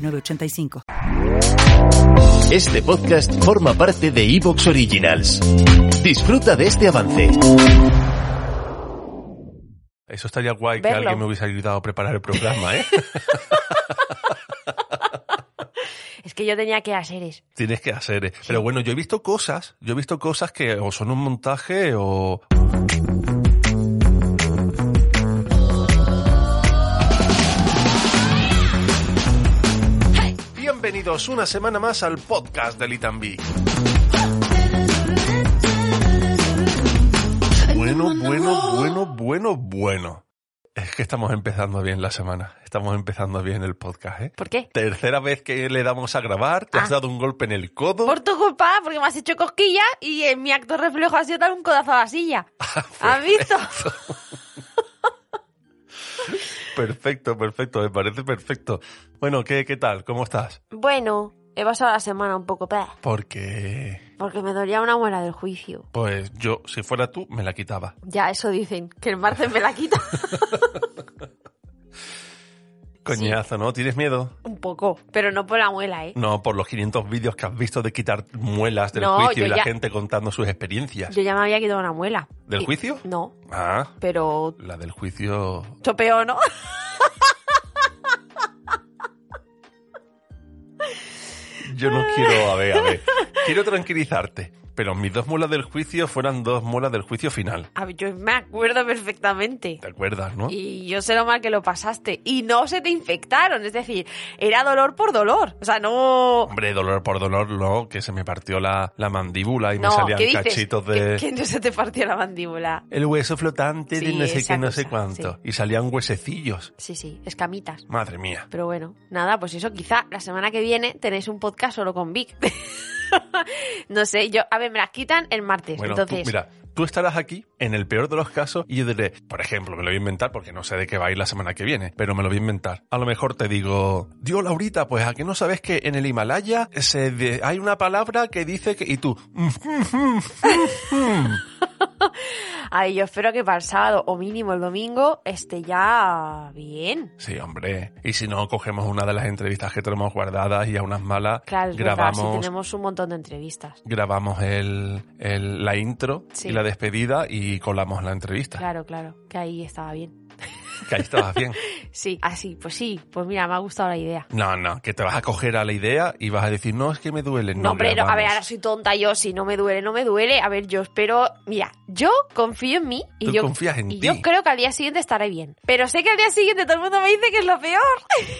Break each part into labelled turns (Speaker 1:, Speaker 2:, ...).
Speaker 1: 985.
Speaker 2: Este podcast forma parte de Evox Originals. Disfruta de este avance.
Speaker 3: Eso estaría guay que
Speaker 4: Verlo.
Speaker 3: alguien me hubiese ayudado a preparar el programa, ¿eh?
Speaker 4: Es que yo tenía que hacer eso.
Speaker 3: Tienes que hacer. eh. Pero bueno, yo he visto cosas, yo he visto cosas que o son un montaje o... Bienvenidos una semana más al podcast de Litambi. Bueno, bueno, bueno, bueno, bueno. Es que estamos empezando bien la semana. Estamos empezando bien el podcast, ¿eh?
Speaker 4: ¿Por qué?
Speaker 3: Tercera vez que le damos a grabar, te has
Speaker 4: Ah.
Speaker 3: dado un golpe en el codo.
Speaker 4: Por tu culpa, porque me has hecho cosquilla y en mi acto reflejo ha sido dar un codazo a la silla.
Speaker 3: Ah, pues.
Speaker 4: ¿Has visto?
Speaker 3: Perfecto, perfecto, me parece perfecto. Bueno, ¿qué, qué tal? ¿Cómo estás?
Speaker 4: Bueno, he pasado la semana un poco, bah,
Speaker 3: Porque,
Speaker 4: porque me dolía una muela del juicio.
Speaker 3: pues yo, si fuera tú, me la quitaba.
Speaker 4: Ya, eso dicen, que el martes me la quita.
Speaker 3: Coñazo, ¿no? ¿Tienes miedo?
Speaker 4: un poco, pero no por la muela, ¿eh?
Speaker 3: No, por los 500 vídeos que has visto de quitar muelas del
Speaker 4: No,
Speaker 3: juicio
Speaker 4: yo
Speaker 3: y la
Speaker 4: ya-
Speaker 3: gente contando sus experiencias.
Speaker 4: Yo ya me había quitado una muela.
Speaker 3: ¿Del
Speaker 4: Y-
Speaker 3: juicio?
Speaker 4: No,
Speaker 3: Ah,
Speaker 4: pero
Speaker 3: la del juicio...
Speaker 4: topeo, ¿no?
Speaker 3: Yo no quiero, a ver, a ver. Quiero tranquilizarte, pero mis dos muelas del juicio fueran dos muelas del juicio final.
Speaker 4: A ver, yo me acuerdo perfectamente.
Speaker 3: ¿Te acuerdas, no?
Speaker 4: Y yo sé lo mal que lo pasaste. Y no se te infectaron, es decir, era dolor por dolor. O sea, no...
Speaker 3: Hombre, dolor por dolor, no, que se me partió la, la mandíbula y me
Speaker 4: No,
Speaker 3: salían
Speaker 4: ¿qué dices?
Speaker 3: cachitos de...
Speaker 4: Que, que no se te partió la mandíbula.
Speaker 3: El hueso flotante de
Speaker 4: Sí,
Speaker 3: no sé
Speaker 4: esa
Speaker 3: qué, no
Speaker 4: cosa,
Speaker 3: sé cuánto. Y salían huesecillos.
Speaker 4: Sí, sí, escamitas.
Speaker 3: Madre mía.
Speaker 4: Pero bueno, nada, pues eso, quizá la semana que viene tenéis un podcast solo con Vic. no sé, yo, a ver, me las quitan el martes.
Speaker 3: Bueno, tú-
Speaker 4: entonces,
Speaker 3: mira, tú estarás aquí en el peor de los casos y yo diré, por ejemplo, me lo voy a inventar porque no sé de qué va a ir la semana que viene, pero me lo voy a inventar. A lo mejor te digo, Dios, Laurita, pues a que no sabes que en el Himalaya se de- hay una palabra que dice que... Y tú, "Mm,
Speaker 4: ay, yo espero que para el sábado o mínimo el domingo esté ya bien.
Speaker 3: Sí, hombre. Y si no, cogemos una de las entrevistas que tenemos guardadas y a unas malas
Speaker 4: Claro, es verdad, sí,
Speaker 3: grabamos,
Speaker 4: tenemos un montón de entrevistas.
Speaker 3: grabamos el, el- la intro
Speaker 4: Sí.
Speaker 3: y la despedida y colamos la entrevista.
Speaker 4: Claro, claro, que ahí estaba bien.
Speaker 3: Que ahí estabas bien.
Speaker 4: Sí, así, pues sí, pues mira, me ha gustado la idea.
Speaker 3: No, no, que te vas a coger a la idea y vas a decir, no, es que me duele.
Speaker 4: No, hombre, no, a ver,
Speaker 3: grabamos.
Speaker 4: ahora soy tonta yo, si no me duele, no me duele. A ver, yo espero, mira, yo confío en mí y
Speaker 3: Tú
Speaker 4: yo
Speaker 3: confías en
Speaker 4: y
Speaker 3: ti.
Speaker 4: yo creo que al día siguiente estaré bien. Pero sé que al día siguiente todo el mundo me dice que es lo peor.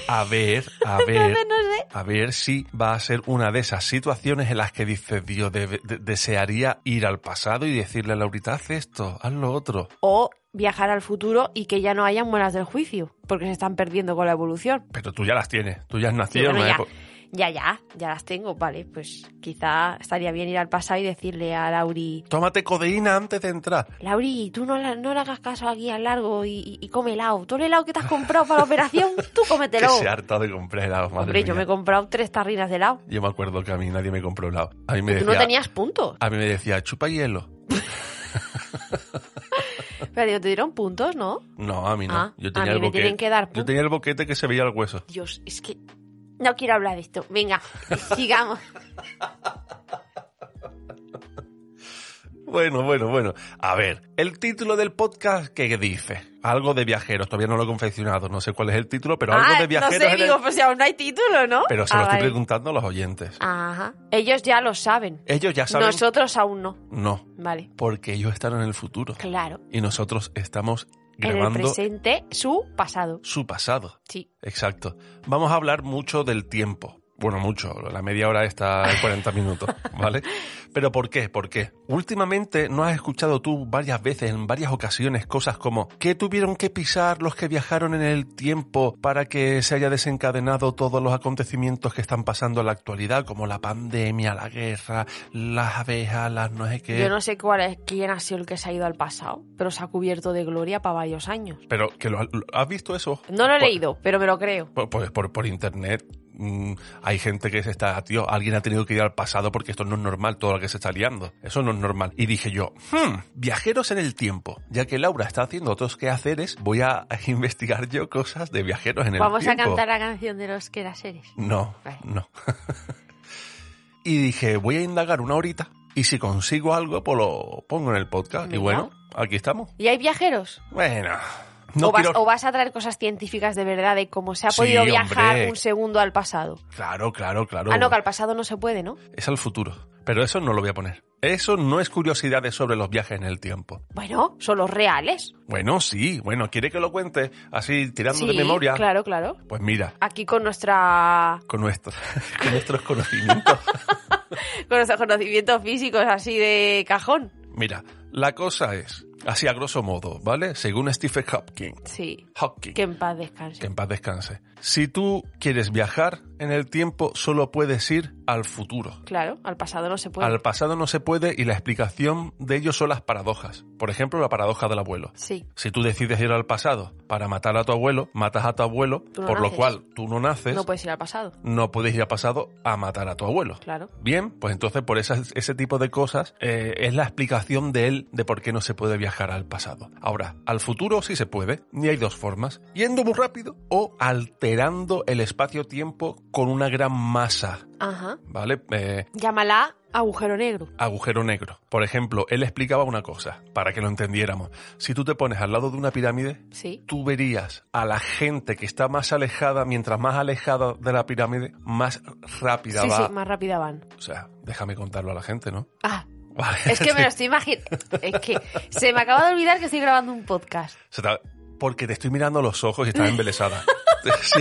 Speaker 3: A ver, a ver.
Speaker 4: Entonces, no sé.
Speaker 3: A ver si va a ser una de esas situaciones en las que dices, Dios, de- de- desearía ir al pasado y decirle a Laurita, haz esto, haz lo otro.
Speaker 4: O viajar al futuro y que ya no haya muelas del juicio, porque se están perdiendo con la evolución.
Speaker 3: Pero tú ya las tienes, tú ya has
Speaker 4: Sí,
Speaker 3: nacido Pues, en
Speaker 4: bueno,
Speaker 3: una
Speaker 4: ya,
Speaker 3: época-
Speaker 4: ya, ya, ya las tengo, vale, pues quizá estaría bien ir al pasado y decirle a Lauri,
Speaker 3: Tómate codeína antes de entrar.
Speaker 4: Lauri, tú no, la- no le hagas caso aquí al largo y, y- y come helado. Todo el helado que te has comprado para la operación, tú
Speaker 3: Que
Speaker 4: cómetelo.
Speaker 3: se harta de comprar helados, madre
Speaker 4: Hombre, yo me
Speaker 3: mía.
Speaker 4: he comprado tres tarrinas de helado.
Speaker 3: Yo me acuerdo que a mí nadie me compró helado. A mí me
Speaker 4: Tú
Speaker 3: decía,
Speaker 4: no tenías puntos.
Speaker 3: a mí me decía, chupa hielo.
Speaker 4: Pero digo, te dieron puntos, ¿no?
Speaker 3: No, a mí no.
Speaker 4: Ah,
Speaker 3: yo
Speaker 4: a
Speaker 3: tenía
Speaker 4: mí
Speaker 3: el
Speaker 4: me
Speaker 3: boquete.
Speaker 4: tienen que dar
Speaker 3: yo
Speaker 4: puntos.
Speaker 3: tenía el boquete que se veía el hueso.
Speaker 4: Dios, es que no quiero hablar de esto. Venga, sigamos.
Speaker 3: Bueno, bueno, bueno. A ver, el título del podcast, ¿qué dice? Algo de viajeros. Todavía no lo he confeccionado. No sé cuál es el título, pero algo
Speaker 4: Ah,
Speaker 3: de viajeros.
Speaker 4: no sé,
Speaker 3: en el-
Speaker 4: digo, pues si aún no hay título, ¿no?
Speaker 3: Pero se
Speaker 4: Ah,
Speaker 3: lo estoy
Speaker 4: vale.
Speaker 3: preguntando a los oyentes.
Speaker 4: Ajá. Ellos ya lo saben.
Speaker 3: Ellos ya saben.
Speaker 4: Nosotros aún no.
Speaker 3: No,
Speaker 4: Vale,
Speaker 3: porque ellos están en el futuro.
Speaker 4: claro.
Speaker 3: Y nosotros estamos
Speaker 4: En el
Speaker 3: grabando
Speaker 4: presente, su pasado.
Speaker 3: su pasado.
Speaker 4: Sí.
Speaker 3: Exacto. Vamos a hablar mucho del tiempo. Bueno, mucho. La media hora está en 40 minutos, ¿vale? Pero ¿por qué? ¿Por qué? Últimamente no has escuchado tú varias veces, en varias ocasiones, cosas como ¿qué tuvieron que pisar los que viajaron en el tiempo para que se haya desencadenado todos los acontecimientos que están pasando en la actualidad, como la pandemia, la guerra, las abejas, las no sé qué?
Speaker 4: Yo no sé cuál es, quién ha sido el que se ha ido al pasado, pero se ha cubierto de gloria para varios años.
Speaker 3: Pero que lo, lo- has visto eso.
Speaker 4: No lo he
Speaker 3: Por-
Speaker 4: leído, pero me lo creo.
Speaker 3: Por, por, por- por internet mm, hay gente que se está, tío, alguien ha tenido que ir al pasado porque esto no es normal, todo lo que se está liando. Eso no es normal. Y dije yo, hmm, viajeros en el tiempo. Ya que Laura está haciendo otros quehaceres, voy a investigar yo cosas de viajeros en el
Speaker 4: Vamos
Speaker 3: tiempo.
Speaker 4: a cantar la canción de los que las series.
Speaker 3: No,
Speaker 4: Vale.
Speaker 3: no. y dije, voy a indagar una horita y si consigo algo, pues lo pongo en el podcast. Y
Speaker 4: Venga.
Speaker 3: bueno, aquí estamos.
Speaker 4: ¿Y hay viajeros?
Speaker 3: Bueno. No
Speaker 4: o, vas,
Speaker 3: quiero-
Speaker 4: o vas a traer cosas científicas de verdad de cómo se ha
Speaker 3: Sí,
Speaker 4: podido viajar
Speaker 3: hombre.
Speaker 4: un segundo al pasado?
Speaker 3: Claro, claro, claro.
Speaker 4: Ah, no, que al pasado no se puede, ¿no?
Speaker 3: Es al futuro. Pero eso no lo voy a poner. Eso no es curiosidades sobre los viajes en el tiempo.
Speaker 4: Bueno, son los reales.
Speaker 3: Bueno, sí, bueno, ¿quiere que lo cuente así tirando
Speaker 4: Sí,
Speaker 3: de memoria?
Speaker 4: claro, claro.
Speaker 3: Pues mira,
Speaker 4: Aquí con nuestra
Speaker 3: con, nuestro- con nuestros conocimientos.
Speaker 4: con nuestros conocimientos físicos así de cajón.
Speaker 3: Mira, la cosa es, así a grosso modo, ¿vale? Según Stephen Hopkins.
Speaker 4: Sí.
Speaker 3: Hopkins.
Speaker 4: Que en paz descanse.
Speaker 3: Que en paz descanse. Si tú quieres viajar en el tiempo, solo puedes ir al futuro.
Speaker 4: Claro, al pasado no se puede.
Speaker 3: Al pasado no se puede y la explicación de ello son las paradojas. Por ejemplo, la paradoja del abuelo.
Speaker 4: Sí.
Speaker 3: Si tú decides ir al pasado para matar a tu abuelo, matas a tu abuelo,
Speaker 4: Tú no
Speaker 3: por lo
Speaker 4: naces.
Speaker 3: cual tú no naces,
Speaker 4: No puedes ir al pasado.
Speaker 3: no puedes ir al pasado a matar a tu abuelo.
Speaker 4: Claro.
Speaker 3: Bien, pues entonces por esas- ese tipo de cosas eh, es la explicación de él de por qué no se puede viajar al pasado. Ahora, al futuro sí se puede, y hay dos formas, yendo muy rápido o alterando el espacio-tiempo con una gran masa,
Speaker 4: Ajá.
Speaker 3: ¿vale? Eh,
Speaker 4: Llámala agujero negro.
Speaker 3: agujero negro. Por ejemplo, él explicaba una cosa, para que lo entendiéramos. Si tú te pones al lado de una pirámide,
Speaker 4: Sí.
Speaker 3: tú verías a la gente que está más alejada, mientras más alejada de la pirámide, más rápida
Speaker 4: Sí,
Speaker 3: va.
Speaker 4: sí, más rápida van.
Speaker 3: O sea, déjame contarlo a la gente, ¿no?
Speaker 4: Ah,
Speaker 3: Vale.
Speaker 4: es que me lo estoy imaginando. Es que se me acaba de olvidar que estoy grabando un podcast.
Speaker 3: Se te- Porque te estoy mirando a los ojos y estás embelesada. Sí.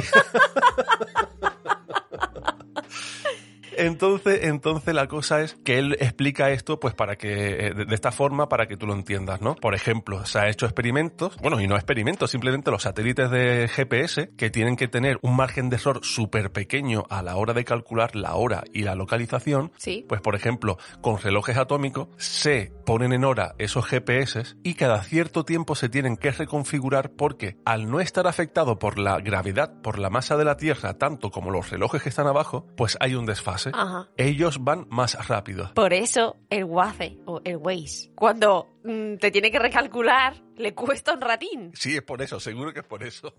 Speaker 3: Entonces, entonces la cosa es que él explica esto pues para que eh, de de esta forma para que tú lo entiendas, ¿no? Por ejemplo, se ha hecho experimentos, bueno, y no experimentos, simplemente los satélites de GPS que tienen que tener un margen de error súper pequeño a la hora de calcular la hora y la localización,
Speaker 4: Sí.
Speaker 3: pues por ejemplo, con relojes atómicos se ponen en hora esos GPS y cada cierto tiempo se tienen que reconfigurar porque al no estar afectado por la gravedad, por la masa de la Tierra, tanto como los relojes que están abajo, pues hay un desfase.
Speaker 4: Ajá.
Speaker 3: Ellos van más rápido.
Speaker 4: Por eso el Waze o el Waze, cuando mm, te tiene que recalcular, le cuesta un ratín.
Speaker 3: Sí, es por eso, seguro que es por eso.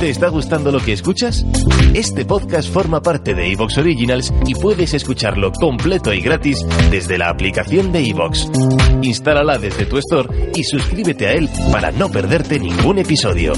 Speaker 2: ¿Te está gustando lo que escuchas? Este podcast forma parte de Evox Originals y puedes escucharlo completo y gratis desde la aplicación de Evox. Instálala desde tu store y suscríbete a él para no perderte ningún episodio.